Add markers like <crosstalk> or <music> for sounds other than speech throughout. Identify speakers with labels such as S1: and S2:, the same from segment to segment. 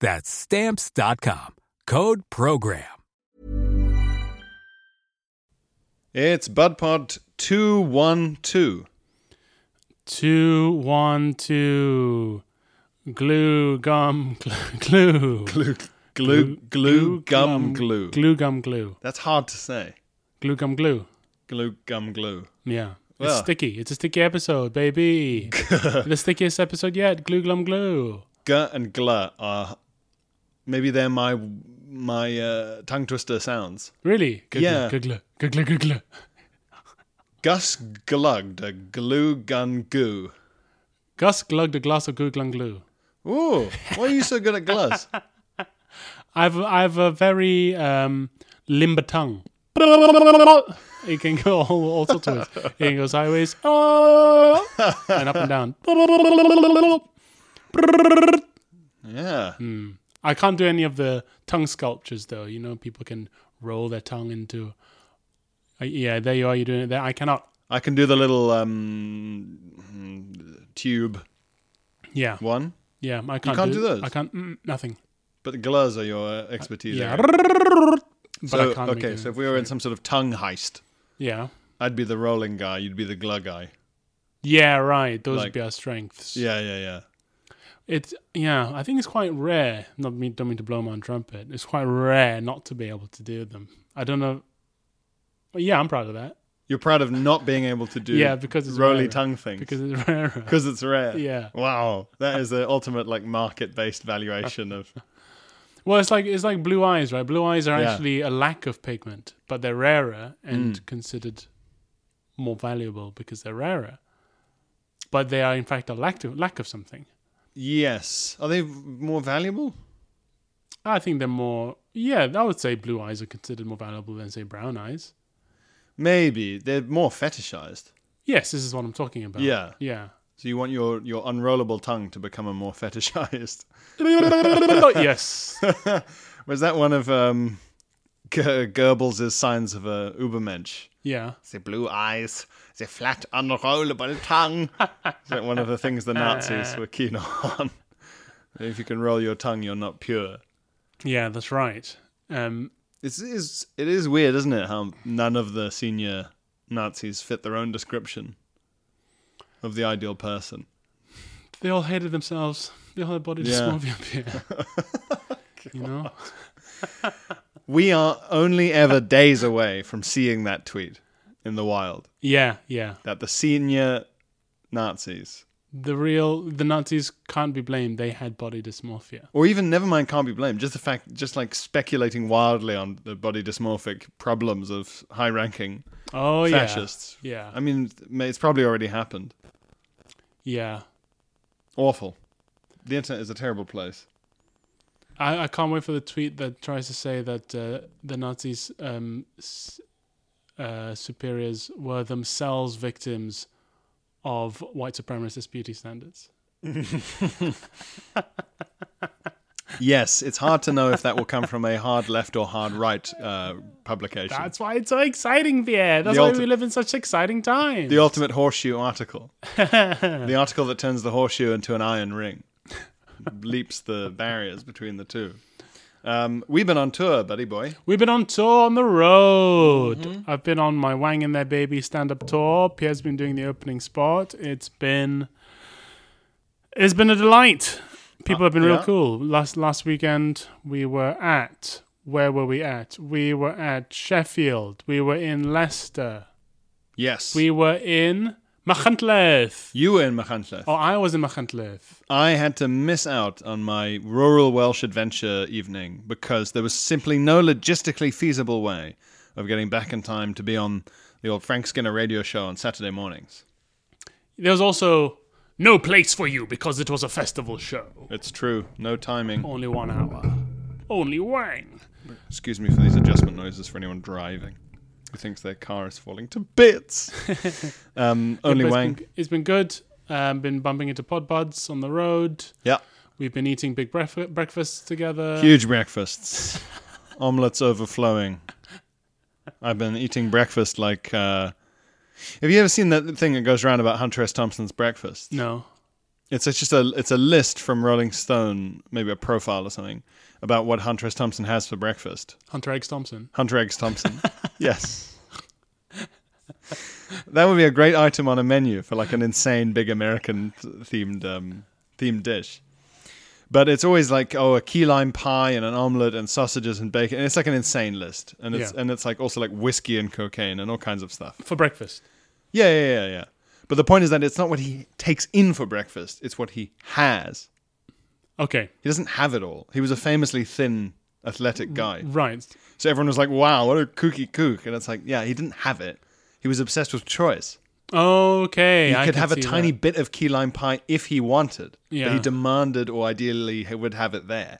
S1: That's stamps.com. Code program.
S2: It's BudPod 212.
S3: 212. Glue, gum, <laughs> gl- glue.
S2: Glue, glue, glue, gum, glue.
S3: Glue, gum, glue.
S2: That's hard to say.
S3: Glue, gum, glue.
S2: Glue, gum, glue.
S3: Yeah.
S2: Well.
S3: It's sticky. It's a sticky
S2: <laughs>
S3: episode, baby. the stickiest episode yet. Glue, glum, glue.
S2: Gur and glur are maybe they're my my uh, tongue twister sounds.
S3: Really? Good
S2: Yeah.
S3: Glue, good glue. Good glue, good glue.
S2: Gus glugged a glue gun goo.
S3: Gus glugged a glass of glue, glum, glue.
S2: Ooh, why are you so good at
S3: <laughs>
S2: glus?
S3: I've I've a very um, limber tongue. It can go <laughs> all, all sorts of ways. It can go sideways oh, and up and down.
S2: Yeah.
S3: I can't do any of the tongue sculptures though. You know, people can roll their tongue into. Uh, yeah, there you are. You're doing it there. I cannot.
S2: I can do the little um mm, tube
S3: Yeah,
S2: one,
S3: yeah. I can't.
S2: can't
S3: do,
S2: do those?
S3: I can't. Mm, nothing.
S2: but the glurs are your uh, expertise.
S3: Yeah.
S2: area.
S3: But
S2: So,
S3: I can't. make
S2: okay,
S3: it.
S2: so if we were in some sort of tongue heist,
S3: yeah.
S2: I'd be the rolling guy, you'd be the glug guy.
S3: Yeah. Right. Those
S2: Like-
S3: would be our strengths.
S2: Yeah, yeah, yeah.
S3: It's yeah, I think it's quite rare. Not me, don't mean to blow my own trumpet. It's quite rare not to be able to do them. I don't know. But yeah, I'm proud of that
S2: You're proud of not being able to do
S3: <laughs> Yeah, because it's
S2: roly
S3: rarer.
S2: tongue things.
S3: because it's <laughs> rarer.
S2: because it's rare.
S3: Yeah.
S2: Wow, that is the ultimate like market-based valuation
S3: <laughs>
S2: of.
S3: Well, it's like it's like blue eyes, right? Blue eyes are
S2: Yeah. Mm.
S3: actually a lack of pigment, but they're rarer and considered more valuable because they're rarer. But they are in fact a lack of lack of something.
S2: Yes, are they more valuable?
S3: I think they're more. Yeah, I would say blue eyes are considered more valuable than say brown eyes.
S2: Maybe they're more fetishized.
S3: Yes, this is what I'm talking about.
S2: Yeah.
S3: Yeah.
S2: So you want your your unrollable tongue to become a more <laughs> fetishized. <laughs>
S3: yes.
S2: Was that one of um, G- Goebbels' signs of a Ubermensch?
S3: Yeah.
S2: The blue eyes, the flat, unrollable tongue. Is that one of the things the Nazis were keen on? if you can roll your tongue, you're not pure.
S3: Yeah, that's right. Um,
S2: It's, it's, it is weird, isn't it, how none of the senior Nazis fit their own description of the ideal person.
S3: they all hated themselves. They all had body
S2: Yeah.
S3: <laughs> dysmorphia.
S2: <laughs>
S3: you know?
S2: We are only ever days away from seeing that tweet in the wild
S3: Yeah, yeah.
S2: that the senior Nazis
S3: The real the Nazis can't be blamed. They had body dysmorphia.
S2: or even never mind can't be blamed just the fact just like speculating wildly on the body dysmorphic problems of high ranking
S3: Oh yeah.
S2: fascists
S3: Yeah.
S2: i mean ma- it's probably already happened
S3: Yeah.
S2: awful the internet is a terrible place
S3: I, I can't wait for the tweet that tries to say that uh, the Nazis um, s- uh, superiors were themselves victims of white supremacist beauty standards.
S2: yes it's hard to know if that will come from a hard left or hard right uh, publication
S3: That's why it's so exciting, Pierre. That's
S2: The
S3: why
S2: ulti-
S3: we live in such exciting times.
S2: the ultimate horseshoe
S3: <laughs>
S2: article the article that turns the horseshoe into an iron ring leaps the barriers between the two um, we've been on tour buddy boy
S3: We've been on tour on the road. I've been on my Wang and Their Baby stand up tour. Pierre's been doing the opening spot. It's been it's been a delight. People have been
S2: yeah.
S3: real cool. Last last weekend we were at where were we at? We were at Sheffield. We were in Leicester.
S2: Yes.
S3: We were in Machantlaeth.
S2: you were in Machantlaeth.
S3: Oh, I was in Machantlaeth.
S2: I had to miss out on my rural Welsh adventure evening because there was simply no logistically feasible way of getting back in time to be on the old Frank Skinner radio show on Saturday mornings.
S3: There was also no place for you because it was a festival show.
S2: It's true, no timing.
S3: Only one hour. Only wine.
S2: Excuse me for these adjustment noises for anyone driving who thinks their car is falling to bits. um, only
S3: But it's
S2: Wang.
S3: been- It's been good. Um, been bumping into pod buds on the road.
S2: Yeah.
S3: We've been eating big breakf- breakfasts together.
S2: Huge breakfasts, <laughs> omelets overflowing. I've been eating breakfast like. Uh, have you ever seen that thing that goes around about Hunter S. Thompson's breakfast?
S3: No.
S2: It's it's just a it's a list from Rolling Stone, maybe a profile or something about what Hunter S. Thompson has for breakfast.
S3: Hunter Eggs Thompson.
S2: Hunter Eggs Thompson. yes. That would be a great item on a menu for like an insane big American themed um, themed dish. But it's always like oh a key lime pie and an omelet and sausages and bacon and it's like an insane list and it's
S3: Yeah.
S2: and it's like also like whiskey and cocaine and all kinds of stuff.
S3: For breakfast.
S2: Yeah, yeah, yeah, yeah. But the point is that it's not what he takes in for breakfast; it's what he has.
S3: Okay.
S2: He doesn't have it all. He was a famously thin, athletic guy.
S3: Right.
S2: So everyone was like, wow, what a kooky kook. And it's like, yeah, he didn't have it. He was obsessed with choice.
S3: Okay.
S2: He
S3: I
S2: could
S3: can
S2: have a
S3: see
S2: tiny
S3: that.
S2: bit of key lime pie if he wanted. But
S3: Yeah.
S2: he demanded or ideally he would have it there.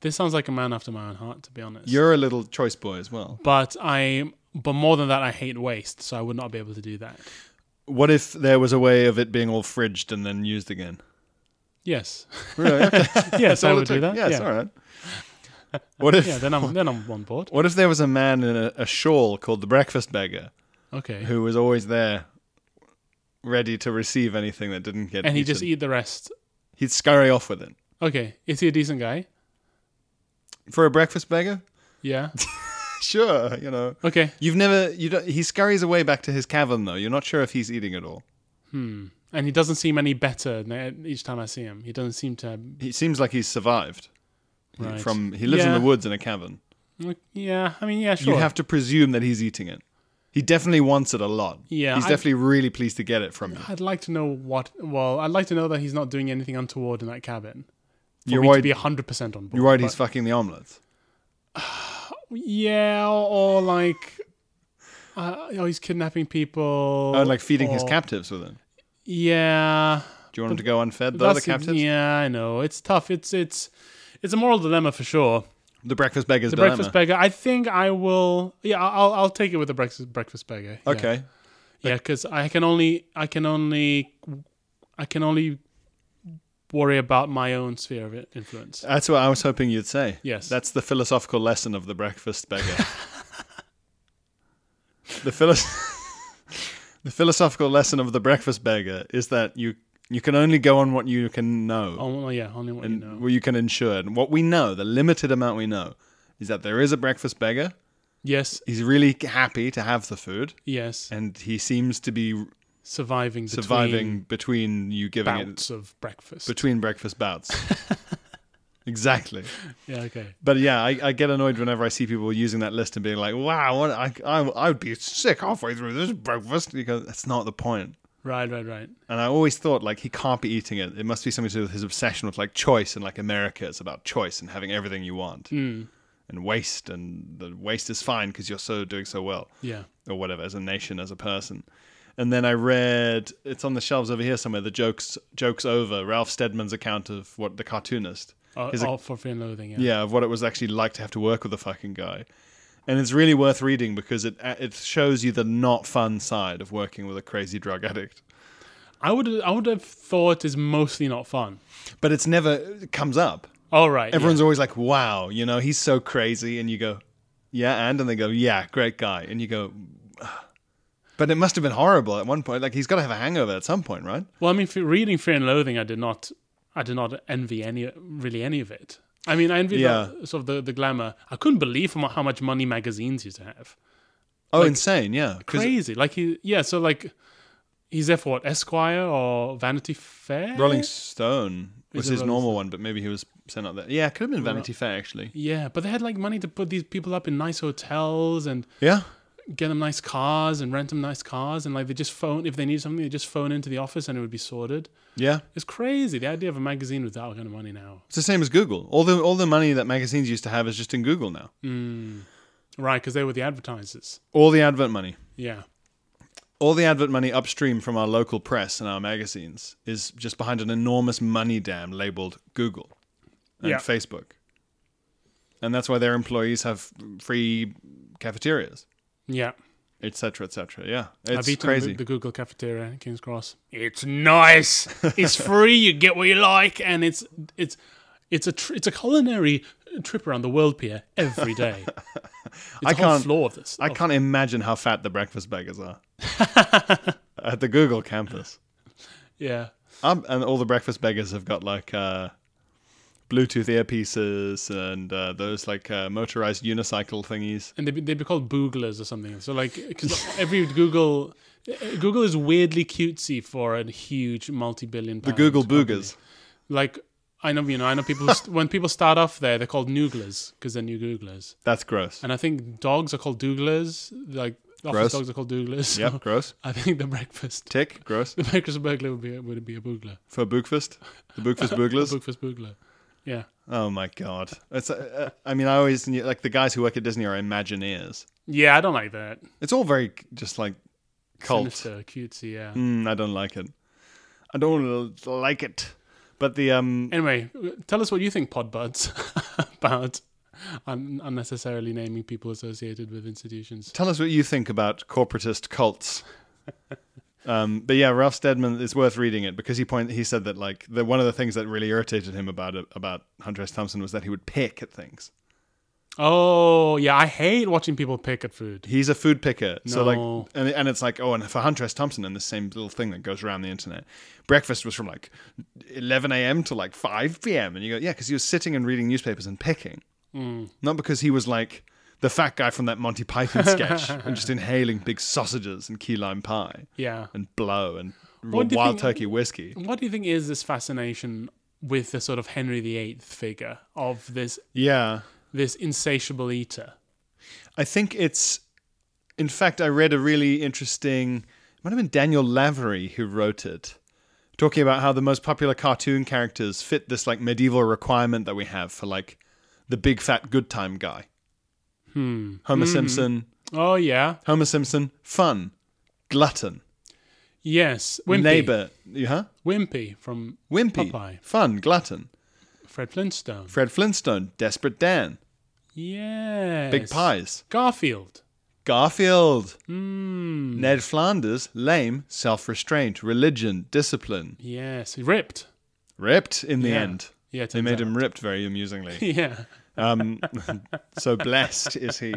S3: This sounds like a man after my own heart, to be honest.
S2: You're a little choice boy as well.
S3: but I. But more than that, I hate waste, so I would not be able to do that.
S2: What if there was a way of it being all fridged and then used again? <laughs>
S3: Yes. <laughs>
S2: Really? Okay.
S3: yes, I
S2: all it
S3: would do
S2: took.
S3: that.
S2: Yes,
S3: yeah.
S2: all right. What if
S3: <laughs> Yeah, then I'm then I'm on board.
S2: what if there was a man in a, a shawl called the breakfast beggar
S3: Okay.
S2: <laughs> who was always there ready to receive anything that didn't get
S3: and he
S2: eaten?
S3: just eat the rest.
S2: he'd scurry off with it.
S3: Okay. Is he a decent guy?
S2: For a breakfast beggar?
S3: Yeah.
S2: Sure, you know.
S3: Okay.
S2: You've never you don't he scurries away back to his cavern though. You're not sure if he's eating at all.
S3: And he doesn't seem any better na- each time I see him. He doesn't seem to.
S2: He seems like he's survived. He-
S3: Right.
S2: From he lives in
S3: Yeah.
S2: the woods in a cavern.
S3: Yeah. I mean, yeah, sure.
S2: You have to presume that he's eating it. He definitely wants it a lot.
S3: Yeah,
S2: He's
S3: I-
S2: definitely really pleased to get it from you.
S3: I'd like to know what. Well, I'd like to know that he's not doing anything untoward in that cabin. For
S2: You're
S3: me
S2: right.
S3: to be hundred percent on board.
S2: You're right, he's fucking the omelets.
S3: Yeah, or, or like, uh, oh, he's kidnapping people.
S2: Oh, and like feeding his
S3: or-
S2: captives with it.
S3: Yeah,
S2: Do you want him to go unfed though, the
S3: That's-
S2: captives?
S3: Yeah, I know. It's tough. It's it's it's a moral dilemma for sure.
S2: The breakfast beggar's
S3: The
S2: dilemma.
S3: breakfast beggar. I think I will. Yeah, I'll I'll take it with the breakfast breakfast beggar. yeah.
S2: okay.
S3: Yeah, because I can only I can only I can only worry about my own sphere of influence.
S2: That's what I was hoping you'd say.
S3: Yes.
S2: That's the philosophical lesson of the breakfast beggar. the, philos- <laughs> the philosophical lesson of the breakfast beggar is that you you can only go on what you can know,
S3: Only yeah, only what you Oh, know.
S2: what you can ensure. And what we know, the limited amount we know, is that there is a breakfast beggar.
S3: Yes,
S2: He's really happy to have the food,
S3: yes.
S2: and he seems to be
S3: Surviving between
S2: surviving between, you giving it
S3: bouts of breakfast.
S2: between breakfast
S3: <laughs>
S2: bouts. exactly.
S3: yeah, okay.
S2: But yeah, I, I get annoyed whenever I see people using that list and being like, "Wow, what, I, I I would be sick halfway through this breakfast." Because that's not the point.
S3: Right, right, right.
S2: And I always thought like he can't be eating it. It must be something to do with his obsession with like choice and like America. It's about choice and having everything you want and waste and the waste is fine because you're so doing so well
S3: Yeah.
S2: or whatever as a nation as a person. And then I read it's on the shelves over here somewhere. The jokes jokes over Ralph Steadman's account of what the cartoonist.
S3: Oh,
S2: His-
S3: oh, for fear and loathing. Yeah.
S2: yeah, of what it was actually like to have to work with the fucking guy. And it's really worth reading because it uh, it shows you the not fun side of working with a crazy drug addict.
S3: I would I would have thought is mostly not fun.
S2: But it's never it comes up.
S3: All right.
S2: Everyone's always like, "Wow, you know, he's so crazy," and you go, "Yeah," and and they go, "Yeah, great guy," and you go. "Ugh." But it must have been horrible at one point. Like he's got to have a hangover at some point, right?
S3: yeah. Well, I mean, for reading Fear and Loathing, I did not I did not envy any really any of it. I mean, I envied
S2: Yeah.
S3: the, sort of the, the glamour. I couldn't believe how mu- how much money magazines used to have.
S2: Oh, insane! Yeah, 'Cause-
S3: Crazy. Like he yeah. So like he's there for what Esquire or Vanity Fair?
S2: Rolling Stone was
S3: Is it
S2: his
S3: Rolling
S2: normal one, but maybe he was sent out there. Yeah, it could have been Vanity Fair actually.
S3: Yeah, but they had like money to put these people up in nice hotels and
S2: Yeah,
S3: get them nice cars and rent them nice cars and like they just phone if they need something they just phone into the office and it would be sorted.
S2: yeah.
S3: It's crazy the idea of a magazine with that kind of money now,
S2: It's the same as Google. All the all the money that magazines used to have is just in Google now.
S3: right? Because they were the advertisers.
S2: All the advert money,
S3: Yeah,
S2: all the advert money upstream from our local press and our magazines is just behind an enormous money dam labeled Google and
S3: Yeah.
S2: Facebook. And that's why their employees have free cafeterias,
S3: yeah.
S2: etc., etc. Yeah,
S3: I've
S2: it's
S3: eaten
S2: crazy.
S3: The, the Google cafeteria in King's Cross. It's nice. <laughs> it's free. You get what you like, and it's it's it's a tr- it's a culinary trip around the world, Pierre, every
S2: <laughs>
S3: day. It's
S2: I
S3: a whole
S2: can't-
S3: floor of this.
S2: I can't imagine how fat the breakfast beggars are
S3: <laughs>
S2: at the Google campus.
S3: Yeah.
S2: Um, and all the breakfast beggars have got like uh, Bluetooth earpieces and uh, those like uh, motorized unicycle thingies.
S3: and they'd be, they'd be called booglers or something. So like, because every Google, uh, Google is weirdly cutesy for a huge multi-billion.
S2: The Google boogers.
S3: Like I know, you know, I know people. who st- when people start off there, they're called nooglers because they're new googlers.
S2: That's
S3: <laughs>
S2: gross.
S3: And I think dogs are called dooglers. Like office
S2: Gross.
S3: dogs are called dooglers. So
S2: Yep, gross.
S3: <laughs> I think the breakfast, <laughs>
S2: Tick, gross.
S3: the breakfast burglar would be a- would be a boogler.
S2: For Bookfest? The Bookfest
S3: A
S2: Booglers?
S3: breakfast boogler. Yeah.
S2: Oh my god. It's, uh, uh, I mean, I always knew, like the guys who work at Disney are Imagineers.
S3: Yeah, I don't like that.
S2: It's all very just like cult.
S3: Sinister, cutesy. Yeah.
S2: Mm, I don't like it. I don't like it. But the um,
S3: Anyway, tell us what you think, Podbuds, <laughs> about un- unnecessarily naming people associated with institutions.
S2: tell us what you think about corporatist cults. um, but yeah, Ralph Steadman it's worth reading it because he point he said that like the one of the things that really irritated him about it, about Hunter S. Thompson was that he would pick at things.
S3: Oh, yeah, I hate watching people pick at food.
S2: He's a food picker, so
S3: No.
S2: like, and, and it's like, oh, and for Hunter S. Thompson and the same little thing that goes around the internet, breakfast was from like 11 a.m. to like 5 p.m. And you go, yeah, because he was sitting and reading newspapers and picking, not because he was like the fat guy from that Monty Python sketch and just inhaling big sausages and key lime pie.
S3: Yeah.
S2: and blow and
S3: What do you
S2: wild
S3: think-
S2: turkey whiskey.
S3: What do you think is this fascination with the sort of Henry VIII figure of this
S2: Yeah.
S3: this insatiable eater?
S2: I think it's in fact I read a really interesting it might have been Daniel Lavery who wrote it. Talking about how the most popular cartoon characters fit this like medieval requirement that we have for like the big fat good time guy. Hmm. Homer Simpson.
S3: Oh yeah,
S2: Homer Simpson, fun, glutton,
S3: yes, Wimpy,
S2: neighbor, huh?
S3: Wimpy from
S2: Wimpy,
S3: Popeye.
S2: fun, glutton.
S3: Fred Flintstone.
S2: Fred Flintstone, desperate Dan,
S3: Yes,
S2: big pies.
S3: Garfield. Hmm.
S2: Garfield.
S3: Mm.
S2: Ned Flanders, lame, self restraint, religion, discipline.
S3: Yes, ripped.
S2: Ripped in the
S3: Yeah.
S2: end.
S3: Yeah, it
S2: They made
S3: turns
S2: him ripped very amusingly.
S3: <laughs> Yeah.
S2: Um, so blessed is he.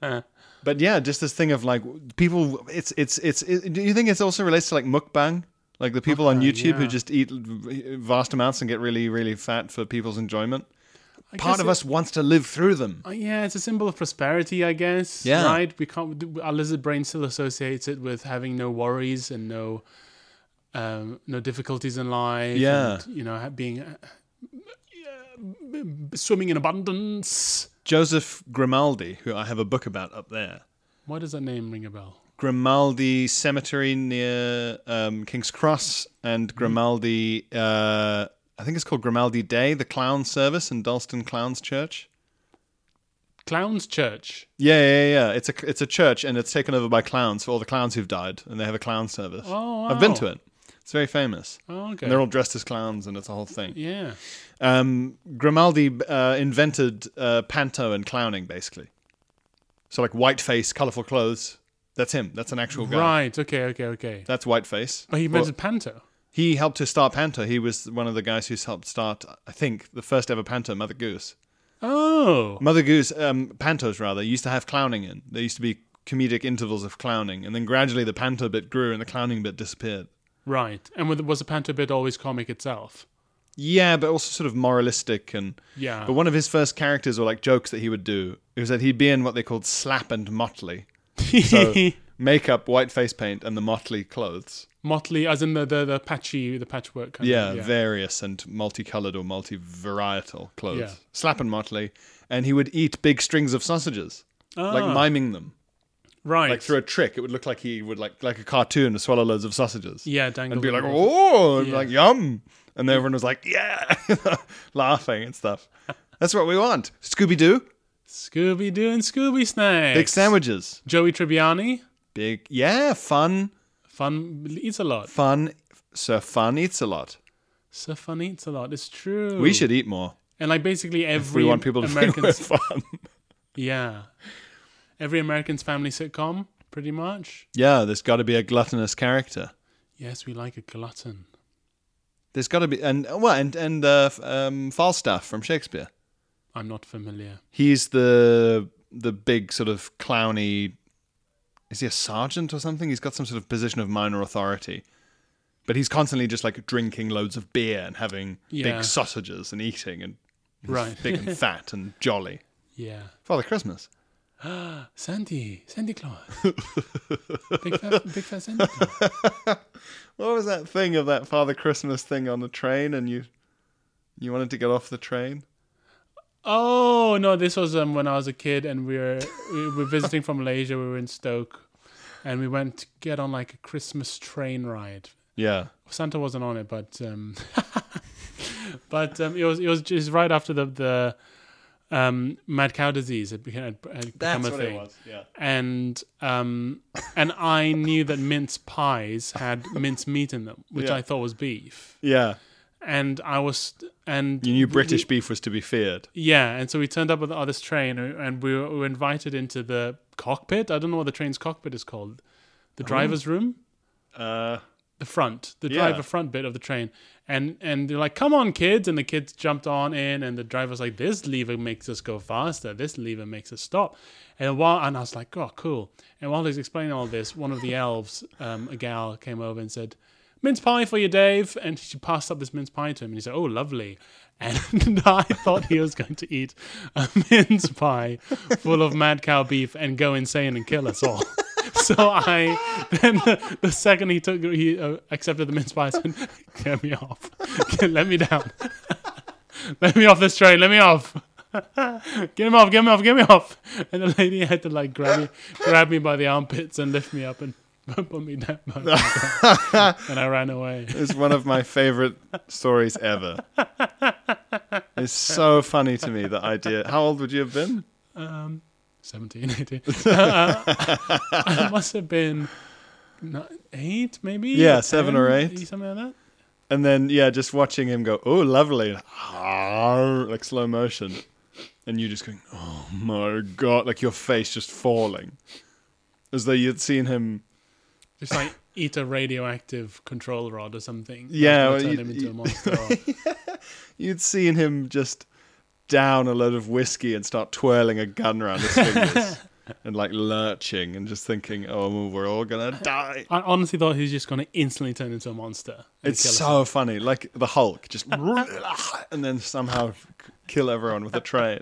S2: But yeah, just this thing of like people. It's it's it's. It, do you think it also relates to like mukbang, like the people on YouTube who
S3: yeah.
S2: just eat vast amounts and get really really fat for people's enjoyment?
S3: I
S2: Part
S3: guess
S2: of
S3: it-
S2: us wants to live through them.
S3: Uh, yeah, it's a symbol of prosperity, I guess.
S2: Yeah.
S3: Right? We can't, our lizard brain still associates it with having no worries and no um, no difficulties in life.
S2: Yeah.
S3: And, you know, ha- being uh, yeah, swimming in abundance.
S2: Joseph Grimaldi, who I have a book about up there.
S3: Why does that name ring a bell?
S2: Grimaldi Cemetery near um, King's Cross
S3: Mm-hmm.
S2: and Grimaldi, uh, I think it's called Grimaldi Day, the clown service in Dalston Clowns Church.
S3: Clown's Church.
S2: Yeah, yeah, yeah. It's a it's a church and it's taken over by clowns for all the clowns who've died, and they have a clown service.
S3: Oh,
S2: I've been
S3: wow.
S2: to it. It's very famous.
S3: Oh, okay.
S2: And they're all dressed as clowns, and it's a whole thing.
S3: yeah.
S2: Um, Grimaldi uh, invented uh, panto and clowning, basically. So like white face, colorful clothes. That's him. That's an actual guy.
S3: Right. Okay. Okay. Okay.
S2: That's white face.
S3: But he
S2: Well-
S3: mentioned Panto.
S2: He helped to start Panto. He was one of the guys who's helped start, I think, the first ever Panto, Mother Goose.
S3: Oh.
S2: Mother Goose, um, Pantos rather, used to have clowning in. There used to be comedic intervals of clowning, and then gradually the Panto bit grew and the clowning bit disappeared.
S3: Right. And with- was the Panto bit always comic itself?
S2: Yeah, but also sort of moralistic and.
S3: Yeah. <laughs>
S2: But one of his first characters or like jokes that he would do was that he'd be in what they called slap and motley. So makeup, white face paint, and the motley clothes.
S3: Motley, as in the the, the patchy, the patchwork. Kind
S2: Yeah,
S3: of,
S2: various and multicolored or multi-varietal clothes.
S3: Yeah.
S2: Slap and motley, and he would eat big strings of sausages, like
S3: Ah.
S2: miming them,
S3: right.
S2: like through a trick. It would look like he would like like a cartoon to swallow loads of sausages.
S3: yeah, dangle.
S2: and be like,
S3: them off.
S2: "Oh, and
S3: Yeah.
S2: like yum," and everyone was like, "Yeah," <laughs> laughing and stuff. That's what we want. Scooby Doo,
S3: Scooby Doo and Scooby Snacks.
S2: big sandwiches,
S3: Joey Tribbiani,
S2: big yeah, fun,
S3: fun eats a lot.
S2: fun. Sir Fun eats a lot.
S3: So fun eats a lot. It's true.
S2: We should eat more.
S3: And like basically every
S2: We want people to <laughs> think
S3: American,
S2: we're fun.
S3: <laughs> yeah, every American's family sitcom, pretty much.
S2: yeah, there's got to be a gluttonous character.
S3: Yes, we like a glutton.
S2: There's got to be, and well, and and uh, f- um, Falstaff from Shakespeare.
S3: I'm not familiar.
S2: He's the the big sort of clowny. Is he a sergeant or something? He's got some sort of position of minor authority, but he's constantly just like drinking loads of beer and having
S3: Yeah.
S2: big sausages and eating and he's
S3: Right.
S2: big and fat and jolly.
S3: Yeah,
S2: Father Christmas.
S3: Sandy, Sandy Claus, big fat, big fat Sandy Claus.
S2: What was that thing of that Father Christmas thing on the train? And you you wanted to get off the train.
S3: Oh no, this was um, when I was a kid, and we were we were visiting from Malaysia. We were in Stoke, and we went to get on like a Christmas train ride.
S2: Yeah.
S3: Santa wasn't on it, but um, <laughs> but um, it was it was just right after the the um, mad cow disease had, became, had become a thing,
S2: Yeah.
S3: and um, and I knew that mince pies had mince meat in them, which
S2: Yeah.
S3: I thought was beef,
S2: Yeah.
S3: and I was and
S2: You knew British beef was to be feared.
S3: yeah, and so we turned up with on this train, and and we were, we were invited into the cockpit. I don't know what the train's cockpit is called, the driver's room,
S2: Oh. Uh,
S3: the front, the
S2: Yeah.
S3: driver front bit of the train. And and they're like, "Come on, kids!" And the kids jumped on in, and the driver's like, "This lever makes us go faster. This lever makes us stop." And while and I was like, "Oh, cool!" And while he's explaining all this, one of the elves, um, a gal, came over and said. Mince pie for you, Dave. And she passed up this mince pie to him, and he said, "Oh, lovely." And <laughs> I thought he was going to eat a <laughs> mince pie full of mad cow beef and go insane and kill us all. <laughs> So I then the, the second he took he uh, accepted the mince pie, I said, <laughs> "Get me off! <laughs> Let me down! <laughs> Let me off this train! Let me off!" <laughs> Get him off! Get him off! Get me off! And the lady had to like grab me, grab me by the armpits and lift me up and <laughs> put me down. <laughs> and I ran away.
S2: It's one of my favorite stories ever. It's so funny to me, the idea. How old would you have been?
S3: 17, <laughs> 18. Uh, <laughs> I must have been ni- eight, maybe?
S2: Yeah, seven or eight.
S3: Something like that.
S2: And then, yeah, just watching him go, oh, lovely, like slow motion. And you just going, oh my God, like your face just falling. As though you'd seen him.
S3: Just like eat a radioactive control rod or something. That's
S2: Yeah,
S3: gonna
S2: well,
S3: turn
S2: you-
S3: him into
S2: you-
S3: a monster. or-
S2: You'd seen him just down a load of whiskey and start twirling a gun around his fingers and like lurching and just thinking, oh, we're all gonna die.
S3: I honestly thought he was just going to instantly turn into a monster. and
S2: It's
S3: kill us.
S2: so funny, like the Hulk, just <laughs> and then somehow c- kill everyone with a train.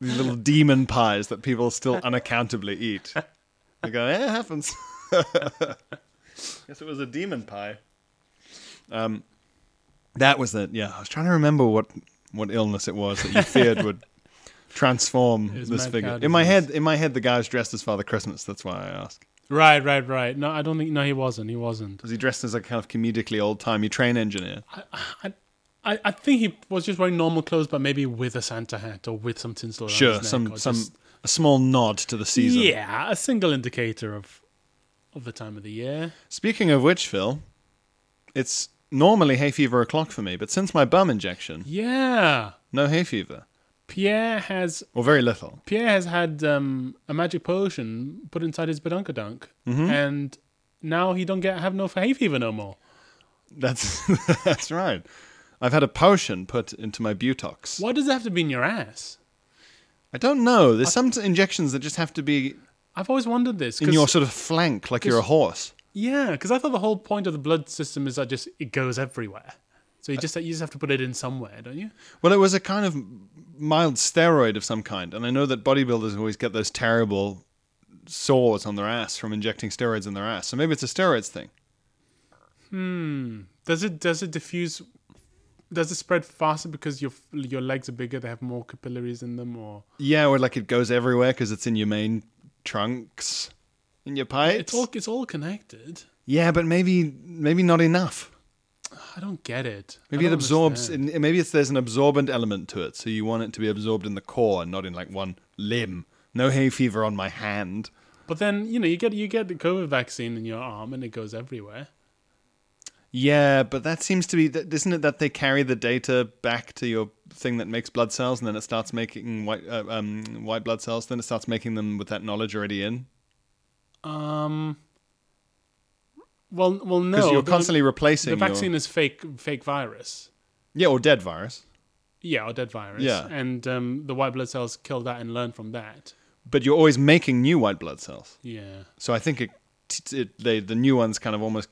S2: These little demon pies that people still unaccountably eat. They go, eh, it happens. <laughs> Guess it was a demon pie. Um, that was the yeah. I was trying to remember what what illness it was that you feared
S3: <laughs>
S2: would transform
S3: It was
S2: this
S3: mad
S2: figure.
S3: cow
S2: In my
S3: disease.
S2: head, in my head, the guy was dressed as Father Christmas. That's why I ask.
S3: Right, right, right. No, I don't think. No, he wasn't. He wasn't.
S2: Was he dressed as a kind of comedically old timey train engineer?
S3: I, I, I think he was just wearing normal clothes, but maybe with a Santa hat or with some tinsel. around his
S2: Sure,
S3: neck
S2: some
S3: or
S2: some
S3: just-
S2: a small nod to the season.
S3: Yeah, a single indicator of of the time of the year.
S2: Speaking of which, Phil, it's normally hay fever o'clock for me, but since my bum injection,
S3: Yeah,
S2: no hay fever
S3: Pierre has
S2: or very little. <laughs>
S3: Pierre has had um, a magic potion put inside his badunkadunk,
S2: Mm-hmm.
S3: and now he don't get have no hay fever no more.
S2: That's that's right. I've had a potion put into my butox.
S3: Why does it have to be in your ass?
S2: I don't know. There's some injections that just have to be
S3: I've always wondered this.
S2: in
S3: 'cause-
S2: your sort of flank, like you're a horse.
S3: yeah, because I thought the whole point of the blood system is that just it goes everywhere. So you just you just have to put it in somewhere, don't you?
S2: Well, it was a kind of mild steroid of some kind, and I know that bodybuilders always get those terrible sores on their ass from injecting steroids in their ass. So maybe it's a steroids thing.
S3: Does it does it diffuse? Does it spread faster because your your legs are bigger? They have more capillaries in them, or
S2: Yeah, or like it goes everywhere because it's in your main trunks, in your pipes.
S3: it's all it's all connected.
S2: yeah, but maybe maybe not enough.
S3: I don't get it. I
S2: Maybe it
S3: don't
S2: absorbs.
S3: understand.
S2: It, maybe it's there's an absorbent element to it, so you want it to be absorbed in the core and not in like one limb. No hay fever on my hand.
S3: But then you know you get you get the COVID vaccine in your arm and it goes everywhere.
S2: Yeah, but that seems to be. that- Isn't it that they carry the data back to your thing that makes blood cells, and then it starts making white uh, um, white blood cells. Then it starts making them with that knowledge already in.
S3: Um. Well, well, no.
S2: Because you're
S3: the-
S2: constantly replacing
S3: the
S2: your-
S3: vaccine is fake fake virus.
S2: yeah, or dead virus.
S3: Yeah, or dead virus.
S2: Yeah.
S3: And um, the white blood cells kill that and learn from that.
S2: But you're always making new white blood cells.
S3: Yeah.
S2: So I think it, t- it they the new ones kind of almost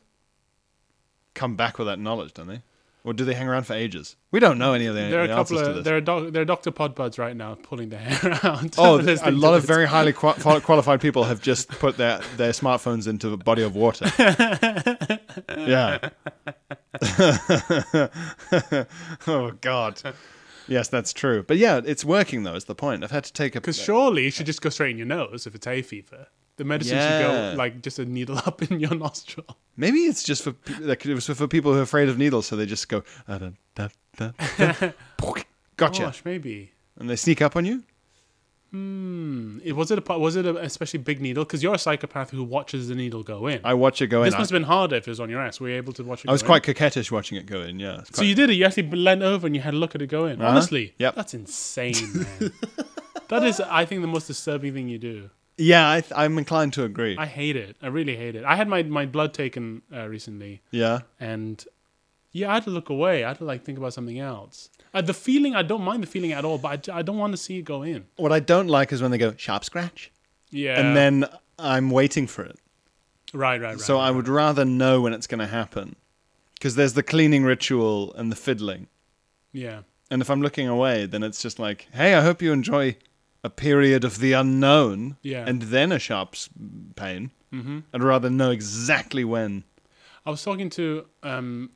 S2: come back with that knowledge, don't they? Or do they hang around for ages? We don't know any of the,
S3: There are a
S2: the
S3: couple
S2: answers to
S3: of
S2: this.
S3: there are doc, there are Doctor Podbuds right now pulling their <laughs> hair out.
S2: Oh,
S3: and
S2: th- a
S3: listening
S2: lot
S3: to
S2: of
S3: this.
S2: very
S3: <laughs>
S2: highly qua- qual- qualified people have just put their, their smartphones into a body of water.
S3: <laughs>
S2: yeah. <laughs> oh God. Yes, that's true. But yeah, it's working though. Is the point? I've had to take a
S3: Because surely it should just go straight in your nose if it's hay fever. The medicine should
S2: Yeah.
S3: go like just a needle <laughs> up in your nostril.
S2: Maybe it's just for pe- like it was for people who are afraid of needles, so they just go. "Ah, da, da, da,
S3: <laughs>
S2: da." gotcha,
S3: Oh Gosh, maybe.
S2: and they sneak up on you.
S3: It, was it a pa- was it a especially big needle? Because you're a psychopath who watches the needle go in.
S2: I watch it go
S3: this
S2: in. I,
S3: must have been harder if it was on your ass. Were you able to watch it?
S2: I was
S3: go in?
S2: quite coquettish watching it go in. Yeah. it's
S3: So
S2: quite- Uh-huh.
S3: you did it. You actually leant over and you had a look at it go in. Honestly,
S2: Yep. <laughs>
S3: that's insane, man. that is, I think, the most disturbing thing you do.
S2: yeah, I th- I'm inclined to agree.
S3: I hate it. I really hate it. I had my, my blood taken uh, recently,
S2: yeah.
S3: and yeah, I had to look away. I had to like think about something else. Uh, the feeling, I don't mind the feeling at all, but I j- I, don't want to see it go in.
S2: What I don't like is when they go sharp scratch,
S3: Yeah,
S2: and then I'm waiting for it.
S3: right, right, right.
S2: So I would rather know when it's going to happen, because there's the cleaning ritual and the fiddling.
S3: yeah.
S2: And if I'm looking away, then it's just like, hey, I hope you enjoy a period of the unknown
S3: Yeah.
S2: and then a sharp s- pain. Mm-hmm. I'd rather know exactly when.
S3: I was talking to um,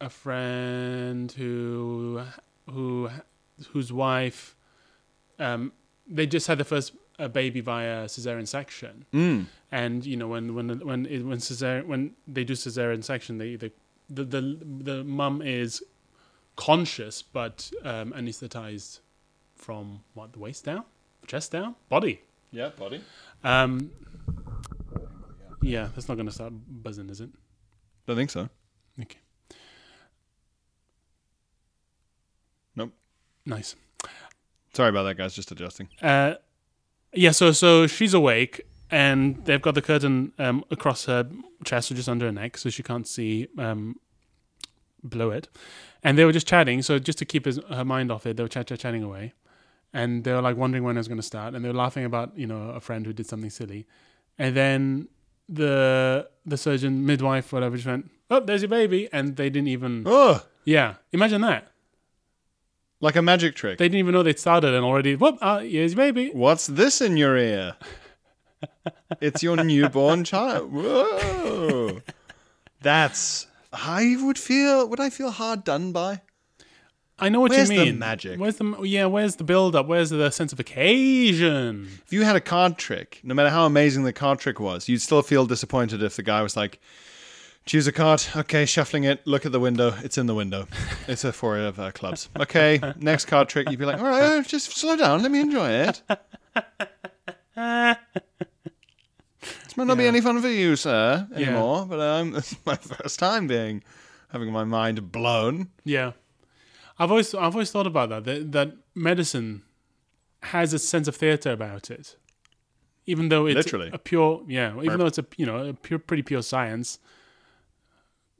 S3: a friend who who whose wife um, they just had the first uh, baby via cesarean section,
S2: Mm.
S3: and you know when when when it, when cesarean when they do cesarean section they the the the, the mum is conscious but um, anesthetized from what the waist down, chest down, body.
S2: Yeah, body.
S3: Um, yeah, that's not going to start buzzing, is it?
S2: Don't think so.
S3: Okay.
S2: Nope.
S3: Nice.
S2: Sorry about that, guys. Just adjusting.
S3: Uh, yeah. So so she's awake, and they've got the curtain um, across her chest or just under her neck, so she can't see um, below it. And they were just chatting. So just to keep his, her mind off it, they were chat, chat, chatting away, and they were like wondering when it was going to start, and they were laughing about you know a friend who did something silly, and then the the surgeon midwife whatever just went oh there's your baby and they didn't even
S2: Oh,
S3: yeah imagine that
S2: like a magic trick.
S3: They didn't even know they'd started and already, whoop, ah, here's your baby.
S2: What's this in your ear? it's your newborn child. Whoa. That's. I would feel. Would I feel hard done by?
S3: I know what
S2: Where's
S3: you
S2: the
S3: mean.
S2: magic?
S3: Where's the yeah? Where's the build up? Where's the sense of occasion?
S2: if you had a card trick, no matter how amazing the card trick was, you'd still feel disappointed if the guy was like, choose a card. Okay, shuffling it. Look at the window. It's in the window. It's a four of uh, clubs. Okay, next card trick. You'd be like, all right, uh, just slow down. Let me enjoy it. This might not be any fun for you, sir,
S3: Yeah.
S2: anymore, but um, <laughs> it's my first time being having my mind blown.
S3: Yeah, I've always I've always thought about that. That, that medicine has a sense of theatre about it, even though it's
S2: Literally.
S3: a pure yeah. Even
S2: Burp.
S3: though it's a you know a pure pretty pure science.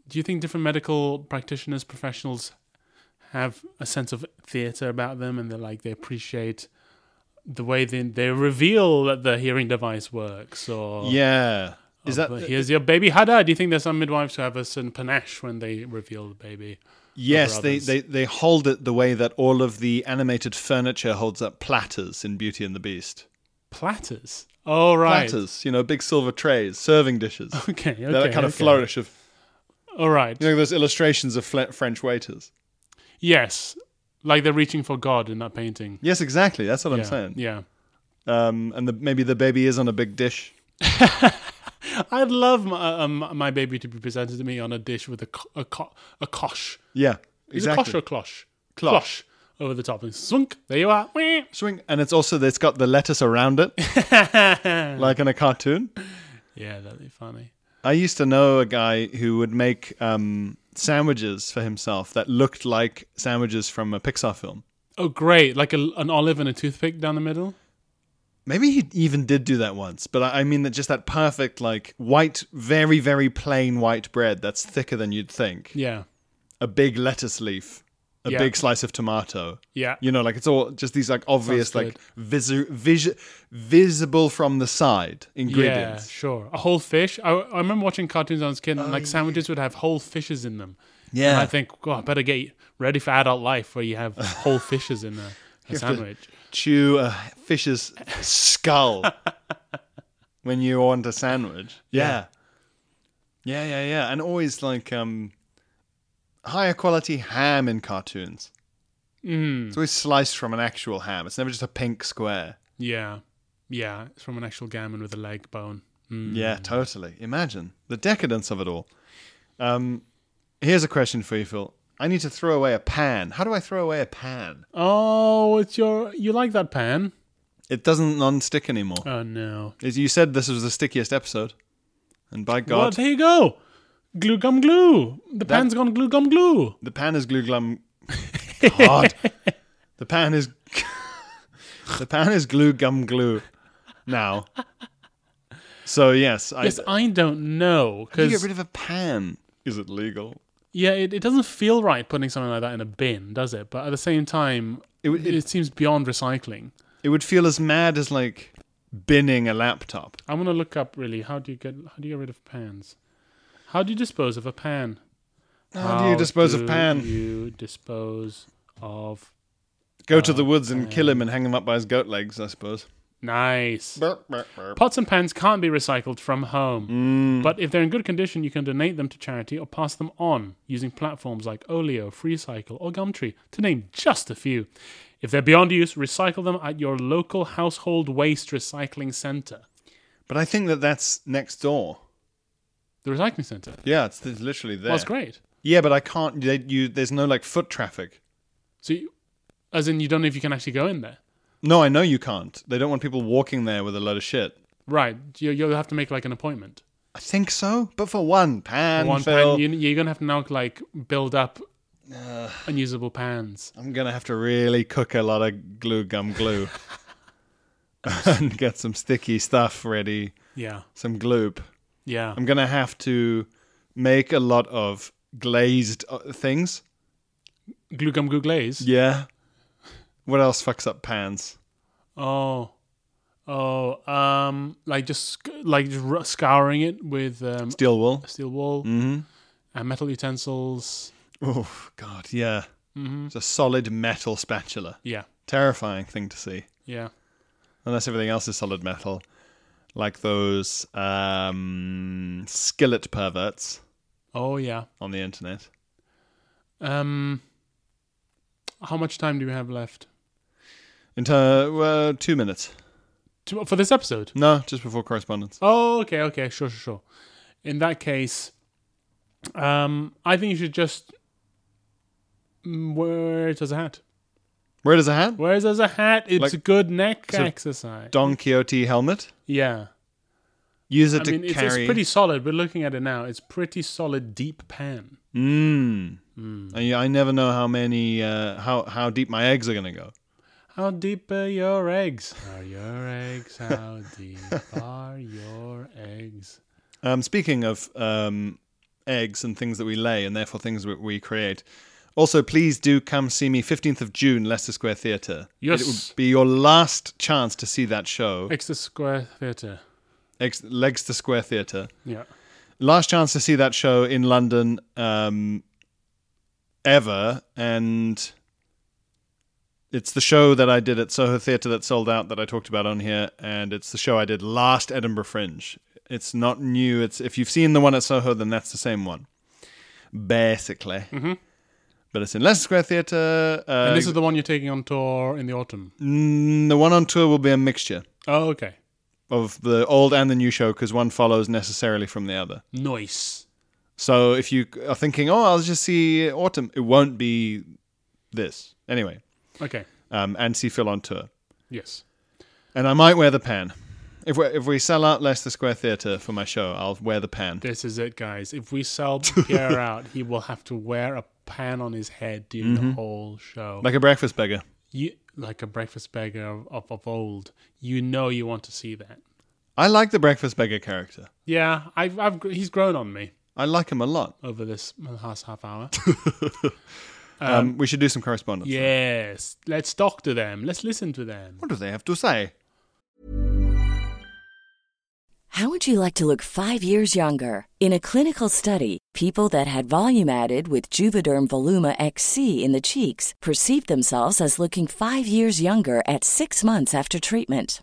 S3: Do you think different medical practitioners professionals have a sense of theatre about them and they like they appreciate the way they they reveal that the hearing device works or
S2: Yeah. Is
S3: but
S2: that
S3: here's your baby Hada. Do you think there's some midwives who have a certain panache when they reveal the baby?
S2: Yes,
S3: over
S2: they,
S3: others.
S2: they, they hold it the way that all of the animated furniture holds up platters in Beauty and the Beast.
S3: Platters. Oh right.
S2: platters, you know, big silver trays, serving dishes.
S3: <laughs> Okay. Okay.
S2: They're that kind of
S3: okay.
S2: flourish of
S3: All right.
S2: you know those illustrations of fle- French waiters.
S3: Yes. Like they're reaching for God in that painting.
S2: Yes, exactly. That's what
S3: yeah.
S2: I'm saying.
S3: Yeah.
S2: Um, and the, maybe the baby is on a big dish.
S3: I'd love my, um, my baby to be presented to me on a dish with a co- a, co- a kosh.
S2: Yeah,
S3: Is
S2: exactly.
S3: it kosh or cloche?
S2: Cloche.
S3: Over the top. And swunk. There you are. Wee.
S2: Swing, and it's also it's got the lettuce around
S3: <laughs>
S2: it, like in a cartoon.
S3: Yeah, that'd be funny.
S2: I used to know a guy who would make um, sandwiches for himself that looked like sandwiches from a Pixar film.
S3: Oh, great. Like a, an olive and a toothpick down the middle.
S2: Maybe he even did do that once, but I I mean that just that perfect like white, very very plain white bread that's thicker than you'd think.
S3: Yeah.
S2: A big lettuce leaf, a
S3: Yeah.
S2: big slice of tomato.
S3: Yeah.
S2: You know, like it's all just these like obvious,
S3: Sounds
S2: like visu- visu- visible from the side
S3: Yeah,
S2: ingredients.
S3: sure. A whole fish. I, I remember watching cartoons on skin, and like sandwiches would have whole fishes in them.
S2: Oh, Yeah,
S3: And I think, God, I better get ready for adult life where you
S2: <laughs>
S3: have whole fishes in a, a sandwich.
S2: chew a fish's
S3: <laughs>
S2: skull when you want a sandwich. Yeah. yeah, yeah, yeah, and always like um, higher quality ham in cartoons.
S3: Mm.
S2: It's always sliced from an actual ham. It's never just a pink square.
S3: Yeah. Yeah. It's from an actual gammon with a leg bone. Mm.
S2: Yeah, totally. Imagine the decadence of it all. Um, here's a question for you, Phil. I need to throw away a pan. How do I throw away a pan?
S3: Oh, it's your. You like that pan?
S2: It doesn't non-stick anymore.
S3: Oh, no.
S2: As You said this was the stickiest episode, and by God,
S3: Well, there you go. Glue gum glue. The pan's gone glue gum glue.
S2: the pan is glue <laughs> glum. God, the pan is <laughs> the pan is glue gum glue now. So yes, I,
S3: Yes, I don't know.
S2: How do you get
S3: Because,
S2: rid of a pan. Is it legal?
S3: yeah, it, it doesn't feel right putting something like that in a bin, does it? But at the same time,
S2: It would-
S3: it seems beyond recycling.
S2: It would feel as mad as like binning a laptop.
S3: I'm gonna look up really how do you get how do you get rid of pans? How do you dispose of a pan?
S2: How do you dispose of
S3: do
S2: pan?
S3: You dispose of
S2: Go to the woods and kill him and hang him up by his goat legs, I suppose.
S3: nice.
S2: Burp, burp, burp.
S3: Pots and pans can't be recycled from home,
S2: Mm.
S3: but if they're in good condition, you can donate them to charity or pass them on using platforms like Olio, FreeCycle, or Gumtree, to name just a few. If they're beyond use, recycle them at your local household waste recycling center.
S2: But I think that that's next door.
S3: The recycling center.
S2: Yeah, it's, it's literally there.
S3: Well, that's great.
S2: Yeah, but I can't. They, you, there's no like foot traffic.
S3: So, you, as in, you don't know if you can actually go in there.
S2: No, I know you can't. They don't want people walking there with a load of shit.
S3: Right. You, you'll have to make like an appointment.
S2: I think so, but for one pan,
S3: One
S2: Phil,
S3: pan. You, you're going to have to now like build up unusable pans.
S2: I'm gonna have to really cook a lot of glue gum
S3: <laughs>
S2: glue and get some sticky stuff ready.
S3: Yeah.
S2: Some gloop.
S3: Yeah.
S2: I'm gonna have to make a lot of glazed uh, things.
S3: Glue gum glue glaze.
S2: Yeah. What else fucks up pans?
S3: Oh. Oh. Um. Like just sc- like just r- scouring it with um,
S2: Steel wool.
S3: steel wool and metal utensils.
S2: Oh God, yeah.
S3: Mm-hmm.
S2: It's a solid metal spatula.
S3: Yeah.
S2: Terrifying thing to see.
S3: Yeah.
S2: unless everything else is solid metal, like those um, skillet perverts
S3: Oh yeah.
S2: on the internet.
S3: Um. How much time do we have left?
S2: In ter- uh, two minutes.
S3: To, for this episode?
S2: No, just before correspondence.
S3: Oh, okay, okay, sure, sure, sure. In that case, um, I think you should just Mm, wear it as a hat.
S2: Where does a hat?
S3: Wear it as a hat. It's
S2: Like-
S3: a good neck
S2: So-
S3: exercise.
S2: Don Quixote helmet.
S3: yeah,
S2: Use it
S3: I
S2: to
S3: mean it's,
S2: carry.
S3: it's pretty solid. We're looking at it now. It's pretty solid, deep pan.
S2: Mm.
S3: Hmm.
S2: I, I never know how many, uh, how how deep my eggs are gonna go.
S3: How deep are your eggs? Are your eggs? How deep are your eggs?
S2: Um, speaking of um, eggs and things that we lay, and therefore things that we create. Also, please do come see me 15th of June, Leicester Square Theatre. It
S3: Yes.
S2: will be your last chance to see that show.
S3: Exeter Square Theatre.
S2: Ex- Leicester Square Theatre.
S3: Yeah.
S2: Last chance to see that show in London um, ever, and It's the show that I did at Soho Theatre that sold out that I talked about on here, and it's the show I did last Edinburgh Fringe. It's not new. It's if you've seen the one at Soho, then that's the same one, basically. But it's in Leicester Square Theatre. Uh,
S3: Mm-hmm. and this is the one you're taking on tour in the autumn.
S2: mm, the one on tour will be a mixture
S3: Oh, okay.
S2: of the old and the new show because one follows necessarily from the other.
S3: Nice.
S2: So if you are thinking, oh, I'll just see Autumn, it won't be this anyway.
S3: Okay.
S2: Um, and see Phil on tour,
S3: Yes.
S2: and I might wear the pan. If we if we sell out Leicester Square Theatre for my show, I'll wear the pan.
S3: This is it, guys. If we
S2: <laughs>
S3: sell Pierre out, he will have to wear a pan on his head during the whole show.
S2: Mm-hmm. Like a breakfast beggar.
S3: you like a breakfast beggar of, of, of old. You know you want to see that.
S2: I like the breakfast beggar character.
S3: Yeah, I've, I've gr- he's grown on me
S2: I like him a lot.
S3: over this last half
S2: <laughs>
S3: hour.
S2: Um, we should do some correspondence.
S3: yes, let's talk to them. Let's listen to them.
S2: What do they have to say?
S4: How would you like to look five years younger? In a clinical study, people that had volume added with Juvederm Voluma XC in the cheeks perceived themselves as looking five years younger at six months after treatment.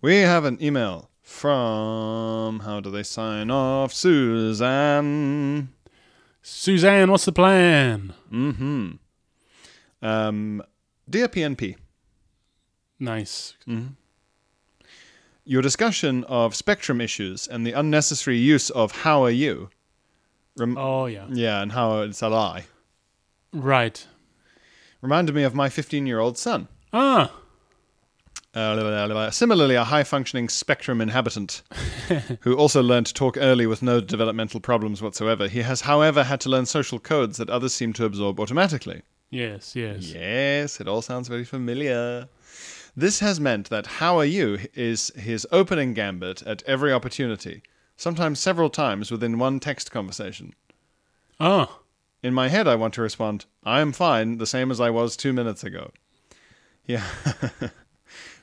S2: we have an email from how do they sign off? Suzanne.
S3: Suzanne, what's the plan?
S2: Um, dear PNP,
S3: Nice.
S2: Mm. your discussion of spectrum issues and the unnecessary use of "How are you?" Rem-
S3: Oh yeah.
S2: Yeah, and how it's a lie
S3: Right.
S2: reminded me of my 15-year-old son.
S3: Ah,
S2: Uh, similarly, a high functioning spectrum inhabitant who also learned to talk early with no developmental problems whatsoever. He has, however, had to learn social codes that others seem to absorb automatically.
S3: yes, yes.
S2: Yes, it all sounds very familiar. This has meant that How Are You is his opening gambit at every opportunity, sometimes several times within one text conversation.
S3: Ah,
S2: In my head, I want to respond, I am fine, the same as I was two minutes ago. Yeah. <laughs>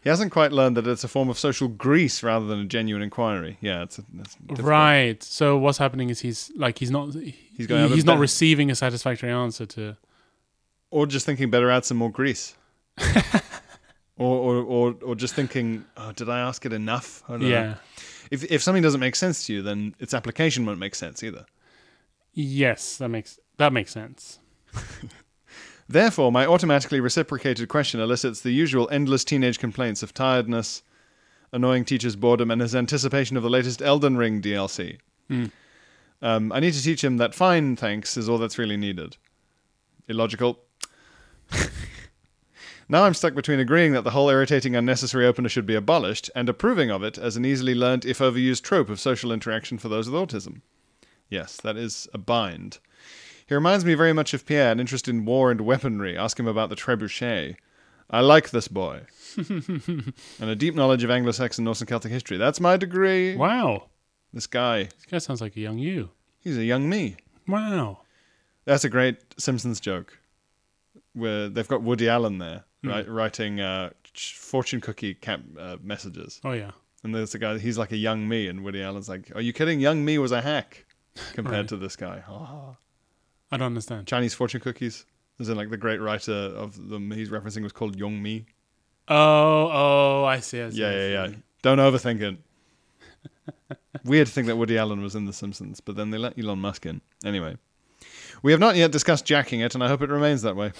S2: he hasn't quite learned that it's a form of social grease rather than a genuine inquiry. Yeah, it's. it's difficult.
S3: right. So what's happening is he's like he's not he's,
S2: going over
S3: he's
S2: the
S3: not
S2: pen.
S3: receiving a satisfactory answer to
S2: Or just thinking better add some more grease. or, or, or, or just thinking, oh, did I ask it enough? I don't know.
S3: yeah.
S2: If, if something doesn't make sense to you, then its application won't make sense either.
S3: Yes, that makes that makes sense.
S2: Therefore, my automatically reciprocated question elicits the usual endless teenage complaints of tiredness, annoying teachers' boredom, and his anticipation of the latest Elden Ring DLC. Um, I need to teach him that fine, thanks, is all that's really needed. Illogical. <laughs> now I'm stuck between agreeing that the whole irritating, unnecessary opener should be abolished and approving of it as an easily learned, if overused, trope of social interaction for those with autism. Yes, that is a bind. He reminds me very much of Pierre, an interest in war and weaponry. Ask him about the trebuchet. I like this boy. and a deep knowledge of Anglo Saxon, Norse, and Celtic history. That's my degree.
S3: Wow.
S2: This guy,
S3: This guy sounds like a young you.
S2: he's a young me.
S3: Wow.
S2: That's a great Simpsons joke where they've got Woody Allen there, right, writing uh, ch- fortune cookie cap uh, messages.
S3: Oh yeah.
S2: And there's a guy, he's like a young me, and Woody Allen's like, Are you kidding? Young me was a hack compared
S3: Right.
S2: to this guy. <laughs> Ah.
S3: I don't understand.
S2: Chinese fortune cookies. As in, like, the great writer of them he's referencing was called Young Me.
S3: Oh, oh, I see. I see
S2: Yeah,
S3: I see.
S2: yeah, yeah. Don't overthink it. <laughs> Weird thing that Woody Allen was in The Simpsons, but then they let Elon Musk in. Anyway, we have not yet discussed jacking it, and I hope it remains that
S3: <laughs>
S2: way.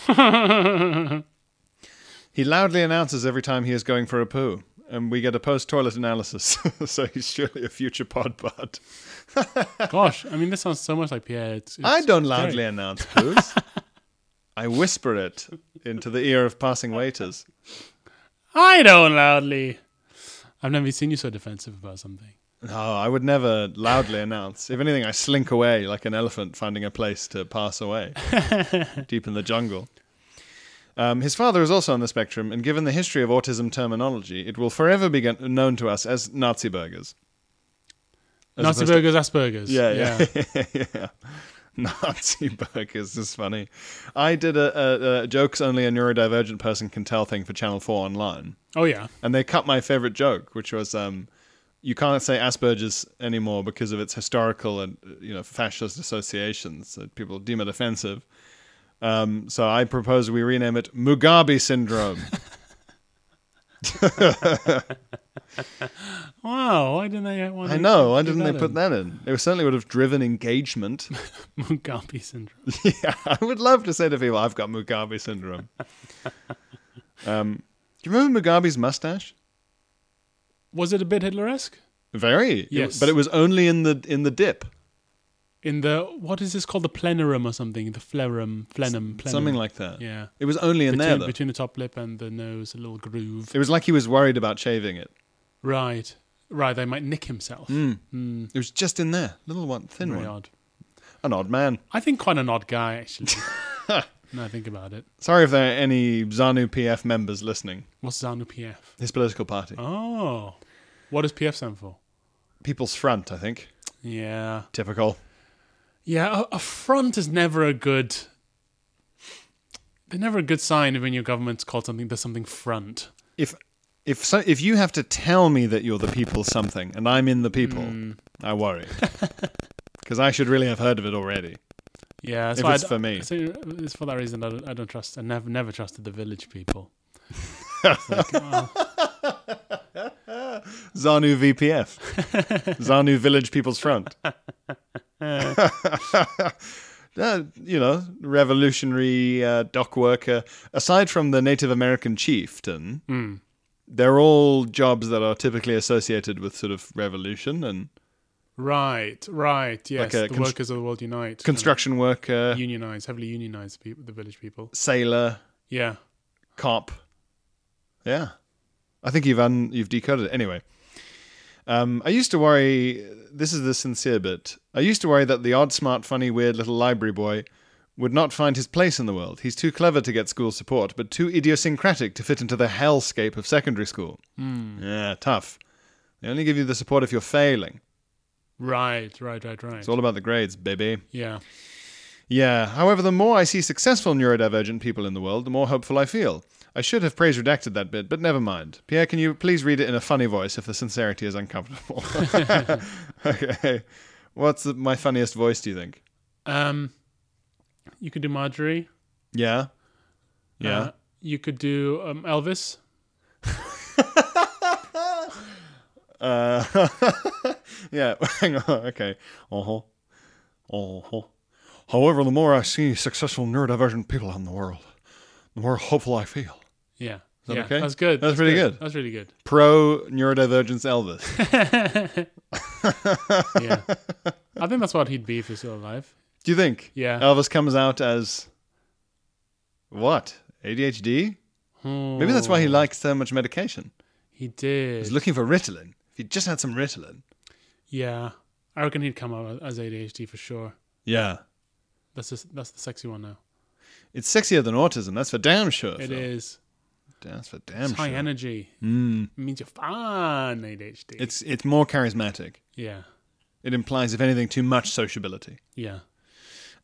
S2: he loudly announces every time he is going for a poo, and we get a post toilet analysis. <laughs> so he's surely a future pod bud.
S3: Gosh, I mean, this sounds so much like Pierre. It's, it's
S2: I don't
S3: great.
S2: loudly announce poos. I whisper it into the ear of passing waiters.
S3: I don't loudly. I've never seen you so defensive about something.
S2: No, Oh, I would never loudly announce. If anything, I slink away like an elephant finding a place to pass
S3: <laughs>
S2: away deep in the jungle. Um, his father is also on the spectrum, and given the history of autism terminology, it will forever be gon- known to us as Nazi burgers. As
S3: Nazi
S2: opposed to-
S3: burgers, Asperger's.
S2: yeah, yeah, <laughs> yeah. Nazi burgers is funny. I did a, a, a jokes only a neurodivergent person can tell thing for Channel Four online
S3: Oh yeah.
S2: and they cut my favorite joke, which was um, you can't say Asperger's anymore because of its historical and uh, you know fascist associations that people deem it offensive. Um, so I propose we rename it Mugabe syndrome.
S3: Wow. Why didn't they? <laughs> Why
S2: I know. Why
S3: do
S2: didn't they put
S3: in?
S2: that in? It certainly would have driven
S3: <laughs>
S2: engagement. <laughs>
S3: Mugabe syndrome?
S2: yeah, I would love to say to people, "I've got Mugabe
S3: <laughs>
S2: syndrome." um, do you remember Mugabe's mustache?
S3: Was it a bit Hitler-esque
S2: Very. It-
S3: Yes.
S2: but it was only in the in the dip.
S3: in the what is this called? The plenarum or something? The phlerum, plenum, plenum.
S2: Something like that.
S3: yeah.
S2: It was only in
S3: between,
S2: there though.
S3: between the top lip and the nose, a little groove.
S2: It was like he was worried about shaving it.
S3: Right, right. They might nick himself.
S2: Hmm. It was just in there, little one, thin
S3: Very
S2: one,
S3: odd.
S2: an odd man.
S3: I think quite an odd guy
S2: <laughs>
S3: actually. now I think about it.
S2: Sorry if there are any ZANU PF members listening.
S3: What's ZANU PF?
S2: His political party,
S3: Oh, what does PF stand for?
S2: People's Front, I think.
S3: Yeah,
S2: Typical.
S3: yeah. A, a front is never a good. They're never a good sign when your government's called something. There's something front.
S2: If if so, if you have to tell me that you're the people something and I'm in the people,
S3: Hmm.
S2: I worry <laughs> because I should really have heard of it already.
S3: Yeah, that's
S2: If
S3: why I
S2: it's
S3: d-
S2: for me.
S3: so it's for that reason I don't, I don't trust. I never never trusted the village people. It's like, oh,
S2: ZANU VPF, ZANU Village People's Front. Uh, you know, revolutionary uh, dock worker. Aside from the Native American chieftain, they're all jobs that are typically associated with sort of revolution and
S3: right, right. Yes,
S2: a
S3: the
S2: constr-
S3: workers of the world unite.
S2: construction worker,
S3: unionized, heavily unionized people, the village people.
S2: sailor,
S3: Yeah.
S2: cop. Yeah, I think you've un- you've decoded it anyway. Um, I used to worry. This is the sincere bit. I used to worry that the odd, smart, funny, weird little library boy would not find his place in the world. He's too clever to get school support, but too idiosyncratic to fit into the hellscape of secondary school. Yeah, tough. They only give you the support if you're failing.
S3: Right, right, right, right.
S2: It's all about the grades, baby.
S3: yeah.
S2: Yeah. However, the more I see successful neurodivergent people in the world, the more hopeful I feel. I should have praise redacted that bit, but never mind. Pierre, can you please read it in a funny voice if the sincerity is uncomfortable? okay. What's the, my funniest voice, do you think?
S3: Um, you could do Marjorie.
S2: Yeah. Yeah.
S3: Uh, you could do um, Elvis.
S2: Uh, <laughs> yeah. <laughs> Hang on. Okay. Uh huh. Uh huh. However, the more I see successful neurodivergent people in the world, the more hopeful I feel.
S3: Yeah.
S2: that
S3: yeah,
S2: okay?
S3: That's good.
S2: That's pretty good.
S3: That's really <laughs> good.
S2: Pro neurodivergence Elvis.
S3: Yeah. I think that's what he'd be if he's still alive.
S2: Do you think?
S3: Yeah.
S2: Elvis comes out as what? ADHD? Maybe that's why he likes so much medication.
S3: He did.
S2: He's looking for Ritalin. If he just had some Ritalin.
S3: yeah. I reckon he'd come out as ADHD for sure.
S2: Yeah.
S3: That's just, that's the sexy one now.
S2: It's sexier than autism. That's for damn sure.
S3: It
S2: Phil.
S3: is.
S2: That's for
S3: It's
S2: damn
S3: high
S2: sure. Mm.
S3: energy. It means you're fun ADHD.
S2: It's it's more charismatic.
S3: yeah.
S2: It implies, if anything, too much sociability.
S3: Yeah.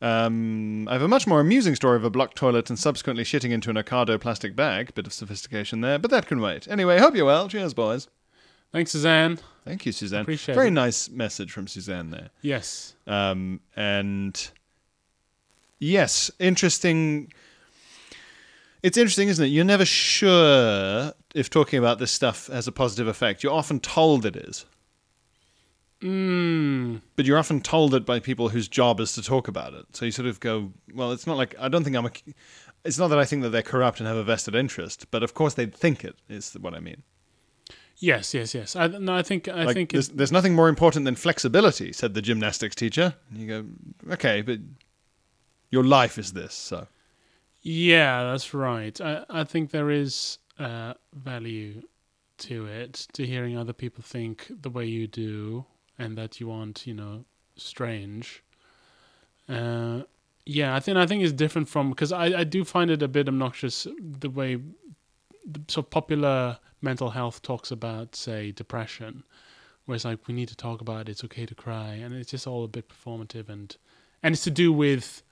S2: Um, I have a much more amusing story of a blocked toilet and subsequently shitting into an Ocado plastic bag. Bit of sophistication there, but that can wait. Anyway, hope you're well. Cheers, boys.
S3: Thanks, Suzanne.
S2: Thank you, Suzanne.
S3: Appreciate
S2: Very
S3: it.
S2: nice message from Suzanne there.
S3: Yes.
S2: Um, and yes, interesting. It's interesting, isn't it? You're never sure if talking about this stuff has a positive effect. You're often told it is,
S3: Mm,
S2: but you're often told it by people whose job is to talk about it. So you sort of go, well, it's not like I don't think I'm a. It's not that I think that they're corrupt and have a vested interest, but of course they'd think it is what I mean.
S3: yes, yes, yes. I, no, I think I
S2: like,
S3: think
S2: there's,
S3: it's,
S2: there's nothing more important than flexibility, said the gymnastics teacher. And you go, okay, but your life is this, so.
S3: yeah, that's right. I, I think there is uh, value to it, to hearing other people think the way you do, and that you aren't, you know, strange. Uh, yeah, I think I think it's different from because I, I do find it a bit obnoxious the way the sort of popular mental health talks about say depression, where it's like we need to talk about it, it's okay to cry, and it's just all a bit performative and and it's to do with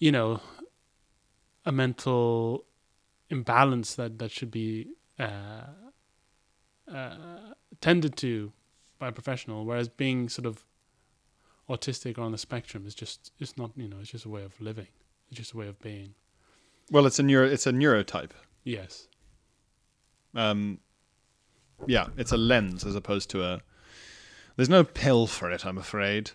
S3: you know a mental imbalance that that should be uh, uh, tended to by a professional, whereas being sort of autistic or on the spectrum is just it's not you know it's just a way of living, it's just a way of being.
S2: Well, it's a neuro, it's a neurotype.
S3: Yes.
S2: Um, yeah, it's a lens as opposed to a. There's no pill for it, I'm afraid.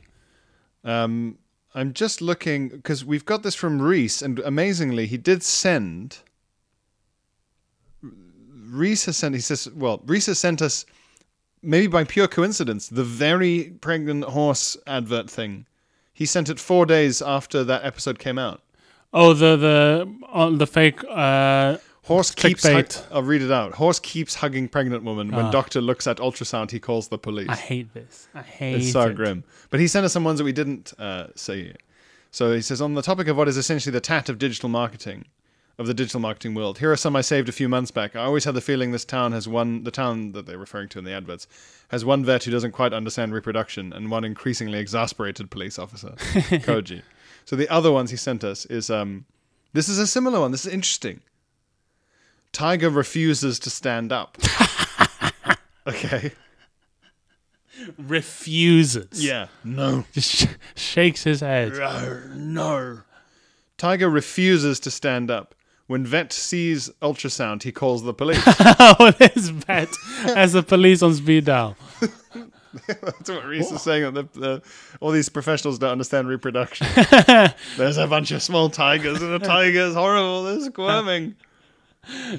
S2: Um, I'm just looking because we've got this from Reese, and amazingly, he did send. Reese has sent. He says, "Well, Reese has sent us, maybe by pure coincidence, the very pregnant horse advert thing. He sent it four days after that episode came out.
S3: Oh, the the on the fake. Uh,
S2: Horse keeps. Hug-
S3: Clickbait.
S2: I'll read it out. Horse keeps hugging pregnant woman. When doctor looks at ultrasound, he calls the police.
S3: I hate this. I hate.
S2: It's so
S3: it.
S2: grim. But he sent us some ones that we didn't uh, see. So he says on the topic of what is essentially the tat of digital marketing, of the digital marketing world. Here are some I saved a few months back. I always had the feeling this town has one. The town that they're referring to in the adverts has one vet who doesn't quite understand reproduction and one increasingly exasperated police officer, Koji. So the other ones he sent us is um, this is a similar one. This is interesting. Tiger refuses to stand up. okay.
S3: Refuses.
S2: Yeah. No.
S3: Just <laughs> sh- shakes his head.
S2: No. Tiger refuses to stand up. When vet sees ultrasound, he calls the
S3: <laughs>
S2: police.
S3: <laughs> oh, this vet has the police on speed dial.
S2: That's what Reese is saying. That the, the, all these professionals don't understand
S3: <laughs>
S2: reproduction. There's a bunch of small tigers, and the tiger's horrible. They're squirming.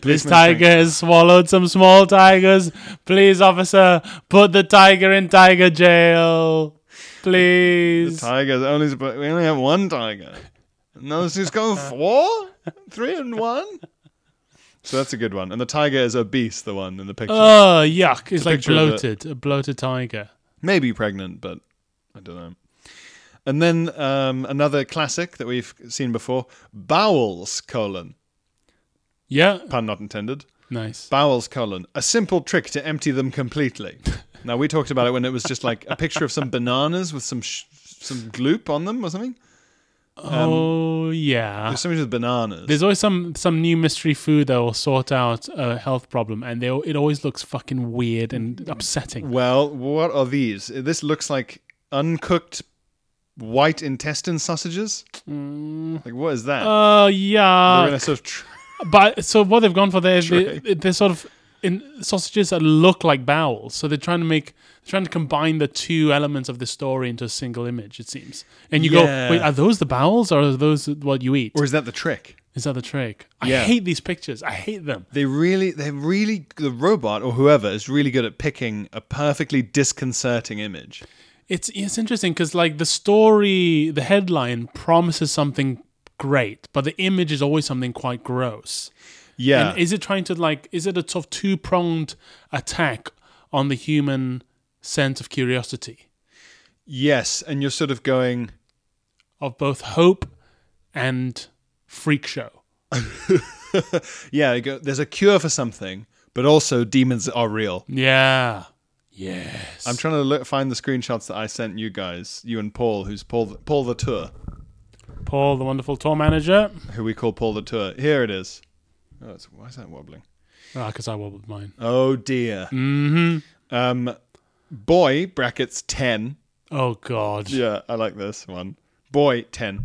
S3: This tiger has swallowed some small tigers. Please, officer, put the tiger in tiger jail.
S2: The
S3: Please.
S2: tiger's only. sp- We only have one tiger. No, she's going
S3: Uh.
S2: four, three, and one. So that's a good one. And the tiger is obese. The one in the picture.
S3: Oh, yuck. It's like
S2: picture of the-
S3: bloated. A bloated tiger.
S2: maybe pregnant, but I don't know. And then um, another classic that we've seen before: bowels colon
S3: Yeah.
S2: pun not intended.
S3: Nice.
S2: Bowels colon a simple trick to empty them completely. now we talked about it when it was just like a picture of some bananas with some sh- some gloop on them or something. Um,
S3: oh, yeah.
S2: There's something with bananas.
S3: There's always some some new mystery food that will sort out a health problem, and they, it always looks fucking weird and upsetting.
S2: well, what are these? This looks like uncooked white intestine sausages. Like what is that?
S3: Oh,
S2: They're
S3: yeah.
S2: in a sort of tr-
S3: But so what they've gone for there is they, they're sort of in sausages that look like bowels. So they're trying to make they're trying to combine the two elements of the story into a single image. It seems, and you
S2: Yeah.
S3: go, wait, are those the bowels or are those what you eat?
S2: or is that the trick?
S3: is that the trick?
S2: Yeah.
S3: I hate these pictures. I hate them.
S2: They really, they really, the robot or whoever is really good at picking a perfectly disconcerting image.
S3: It's it's interesting because like the story, the headline promises something great, but the image is always something quite gross.
S2: Yeah,
S3: And is it trying to like is it a sort of two pronged attack on the human sense of curiosity
S2: yes, and you're sort of going,
S3: of both hope and freak show?
S2: yeah, you go, there's a cure for something, but also demons are real.
S3: Yeah. Yes.
S2: I'm trying to look, find the screenshots that I sent you guys, you and Paul, who's Paul, Paul the tour.
S3: Paul, the wonderful tour manager.
S2: who we call Paul the Tour. Here it is. Oh, it's, why is that wobbling?
S3: because Ah, I wobbled mine.
S2: Oh dear. Mm-hmm. Um, boy brackets ten.
S3: Oh God.
S2: Yeah, I like this one. Boy ten.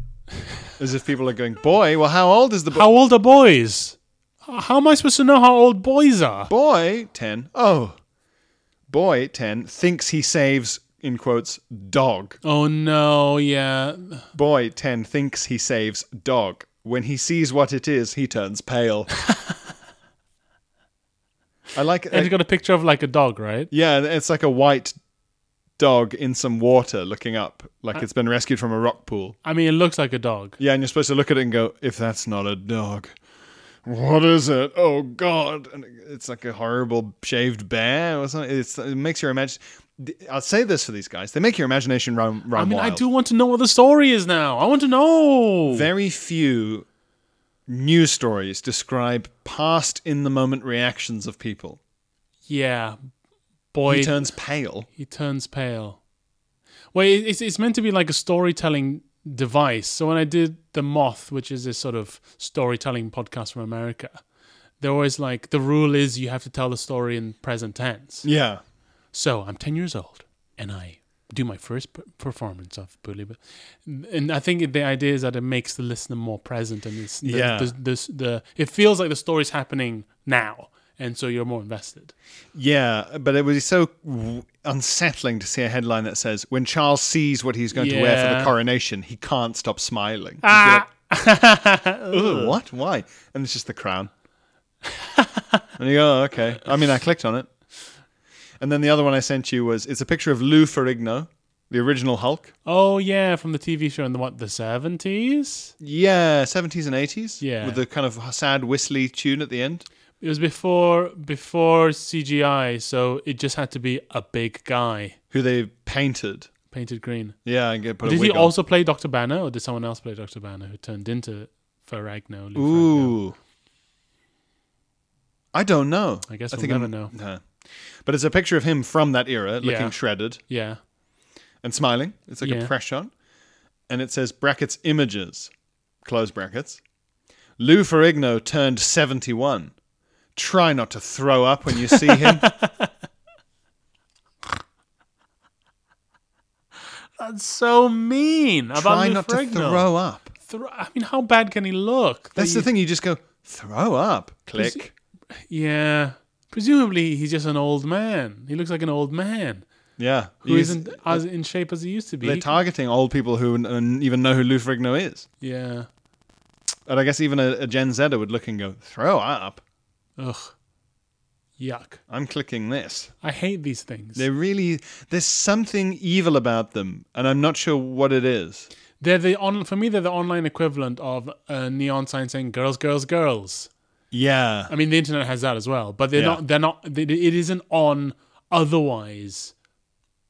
S2: As if people are going, boy. Well, how old is the boy?
S3: How old are boys? H- How am I supposed to know how old boys are?
S2: boy ten. Oh, boy ten thinks he saves in quotes dog.
S3: Oh no, yeah.
S2: Boy ten thinks he saves dog. When he sees what it is, he turns pale. I like.
S3: And he's got a picture of like a dog, right?
S2: Yeah, and it's like a white dog in some water looking up, like it's been rescued from a rock pool.
S3: I mean, it looks like a dog.
S2: Yeah, and you're supposed to look at it and go, if that's not a dog, what is it? Oh, God. And it's like a horrible shaved bear or something. It's, it makes your imagine. I'll say this for these guys they make your imagination run, run
S3: I mean,
S2: wild.
S3: I do want to know what the story is now. I want to know.
S2: Very few news stories describe past in the moment reactions of people.
S3: yeah, boy.
S2: He turns pale.
S3: He turns pale. Well, it- it's it's meant to be like a storytelling device. So when I did the Moth, which is this sort of storytelling podcast from America, they're always like the rule is you have to tell the story in present tense.
S2: Yeah.
S3: So I'm ten years old, and I do my first p- performance of Bully. Bill. And I think the idea is that it makes the listener more present, and it's the,
S2: Yeah.
S3: the, the, the it feels like the story's happening now, and so you're more invested.
S2: Yeah, but it was so w- unsettling to see a headline that says, "When Charles sees what he's going to wear for the
S3: Yeah. Ah,
S2: coronation, he can't stop smiling." You go,
S3: Uh.
S2: "Ugh, what? Why? And it's just the crown. <laughs> and you go, oh, "Okay." I mean, I clicked on it. And then the other one I sent you was it's a picture of Lou Ferrigno, the original Hulk.
S3: Oh yeah, from the TV show in the what the seventies.
S2: Yeah, seventies and eighties.
S3: Yeah.
S2: with the kind of sad whistly tune at the end.
S3: It was before before CGI, so it just had to be a big guy
S2: Who they painted.
S3: painted green.
S2: Yeah, and get- put a
S3: did
S2: wig
S3: he
S2: on.
S3: also play Doctor Banner, or did someone else play Doctor Banner who turned into Ferragno? Lou Ferrigno?
S2: Ooh. I don't know.
S3: I guess
S2: I
S3: we'll
S2: think
S3: never
S2: I'm-
S3: know.
S2: No. But it's a picture of him from that era, looking
S3: Yeah.
S2: shredded
S3: Yeah.
S2: and smiling. It's like a
S3: Yeah.
S2: press on. And it says brackets images, close brackets. Lou Ferrigno turned 71. Try not to throw up
S3: <laughs>
S2: when you see him.
S3: That's so mean about
S2: Try
S3: Lou
S2: not to
S3: Ferrigno.
S2: throw up.
S3: Thro- I mean, how bad can he look?
S2: That's the
S3: That you-
S2: thing. You just go, throw up. Click.
S3: Yeah. Presumably, he's just an old man. He looks like an old man
S2: Yeah.
S3: who
S2: You-
S3: isn't as in shape as he used to be.
S2: They're
S3: He-
S2: targeting old people who n- n- even know who Lou Ferrigno is.
S3: yeah.
S2: And I guess even a, a Gen Zer would look and go, throw up.
S3: Ugh. Yuck.
S2: I'm clicking this.
S3: I hate these things.
S2: They're
S3: They're,
S2: really there's something evil about them, and I'm not sure what it is.
S3: the on for me they're the online equivalent of a neon sign saying girls, girls, girls.
S2: Yeah,
S3: I mean the internet has that as well, but they're
S2: Yeah.
S3: not they're not they, it isn't on otherwise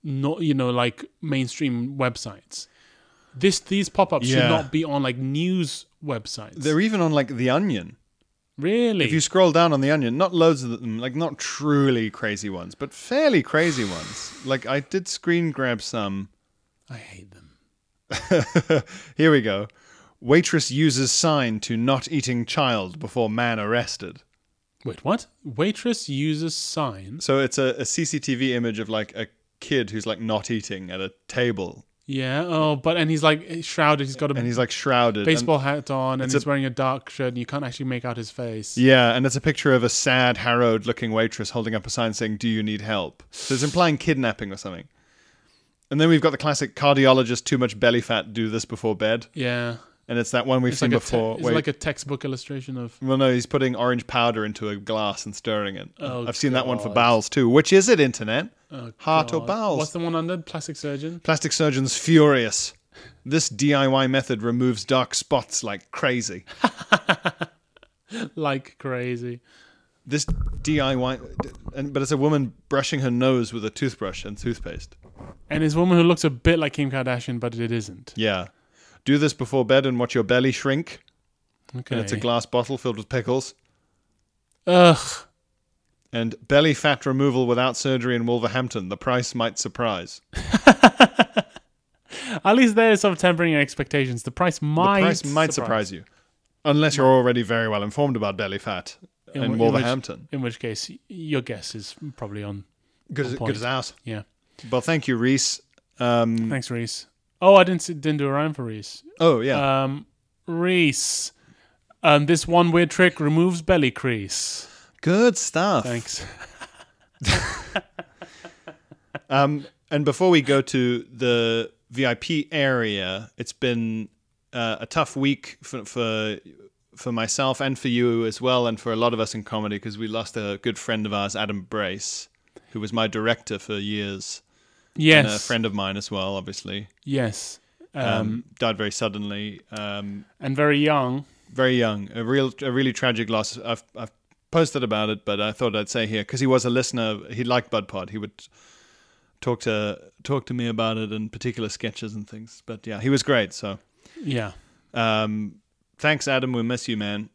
S3: not you know like mainstream websites. This these pop-ups
S2: Yeah.
S3: should not be on like news websites.
S2: they're even on like The Onion.
S3: really
S2: If you scroll down on The Onion, not loads of them, like not truly crazy ones, but fairly crazy ones. Like I did screen grab some. <laughs>
S3: I hate them.
S2: Here we go. Waitress uses sign to not eating child before man arrested.
S3: Wait, what? Waitress uses signs.
S2: So it's a, a CCTV image of like a kid who's like not eating at a table,
S3: Yeah. Oh, but and he's like shrouded. He's got a
S2: and he's like shrouded. and-
S3: baseball hat on and
S2: it's
S3: he's
S2: a-
S3: wearing a dark shirt and you can't actually make out his face.
S2: Yeah, and it's a picture of a sad, harrowed looking waitress holding up a sign saying, Do you need help? So it's implying kidnapping or something. And then we've got the classic cardiologist, too much belly fat, do this before bed.
S3: Yeah.
S2: And it's that one we've
S3: It's
S2: seen
S3: like,
S2: before.
S3: a te- it's
S2: Wait,
S3: like a textbook illustration of
S2: well, no, he's putting orange powder into a glass and stirring it.
S3: Oh,
S2: I've seen that one for
S3: God.
S2: bowels too. Which is it, internet?
S3: oh,
S2: Heart or
S3: God.
S2: bowels?
S3: What's the one under? Plastic surgeon?
S2: Plastic surgeons furious. This DIY method removes dark spots like crazy.
S3: Like crazy.
S2: This DIY, and, but it's a woman brushing her nose with a toothbrush and toothpaste.
S3: And this woman who looks a bit like Kim Kardashian, but it isn't.
S2: Yeah. Do this before bed and watch your belly shrink.
S3: Okay.
S2: And it's a glass bottle filled with pickles.
S3: Ugh.
S2: And belly fat removal without surgery in Wolverhampton. The price might surprise.
S3: At least there is some tempering your expectations. The price might
S2: the price might surprise, you, unless you're already very well informed about belly fat in,
S3: whi-
S2: Wolverhampton.
S3: In which, in which case, y- your guess is probably on.
S2: Good, as-
S3: point.
S2: good as ours.
S3: Yeah.
S2: Well, thank you, Reese. Um,
S3: Thanks, Reese. Oh, I didn't see, didn't do a rhyme for Reese.
S2: oh yeah,
S3: Um, Reese. Um, this one weird trick removes belly crease.
S2: good stuff. <laughs>
S3: Thanks.
S2: Um, and before we go to the VIP area, it's been uh, a tough week for, for for myself and for you as well, and for a lot of us in comedy because we lost a good friend of ours, Adam Brace, who was my director for years,
S3: Yes.
S2: and a friend of mine as well, obviously.
S3: Yes. Um,
S2: um, died very suddenly, um,
S3: and very young.
S2: very young. A real, a really tragic loss. I've, I've posted about it, but I thought I'd say here because he was a listener. He liked Bud Pod. He would talk to talk to me about it and particular sketches and things. But yeah, he was great. So
S3: Yeah.
S2: um, thanks, Adam. We miss you, man.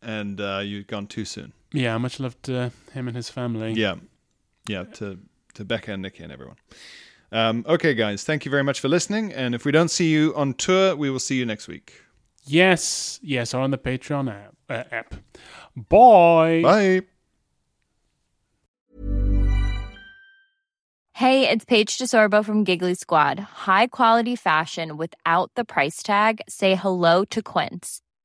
S2: And uh, you've gone too soon.
S3: Yeah. Much love to him and his family.
S2: Yeah, yeah. To to Becca and Nikki and everyone. Um, okay, guys. Thank you very much for listening. And if we don't see you on tour, we will see you next week.
S3: Yes. Yes. Are on the Patreon app. Uh, app. Bye.
S2: Bye.
S5: Hey, it's Paige DeSorbo from Giggly Squad. High quality fashion without the price tag. Say hello to Quince.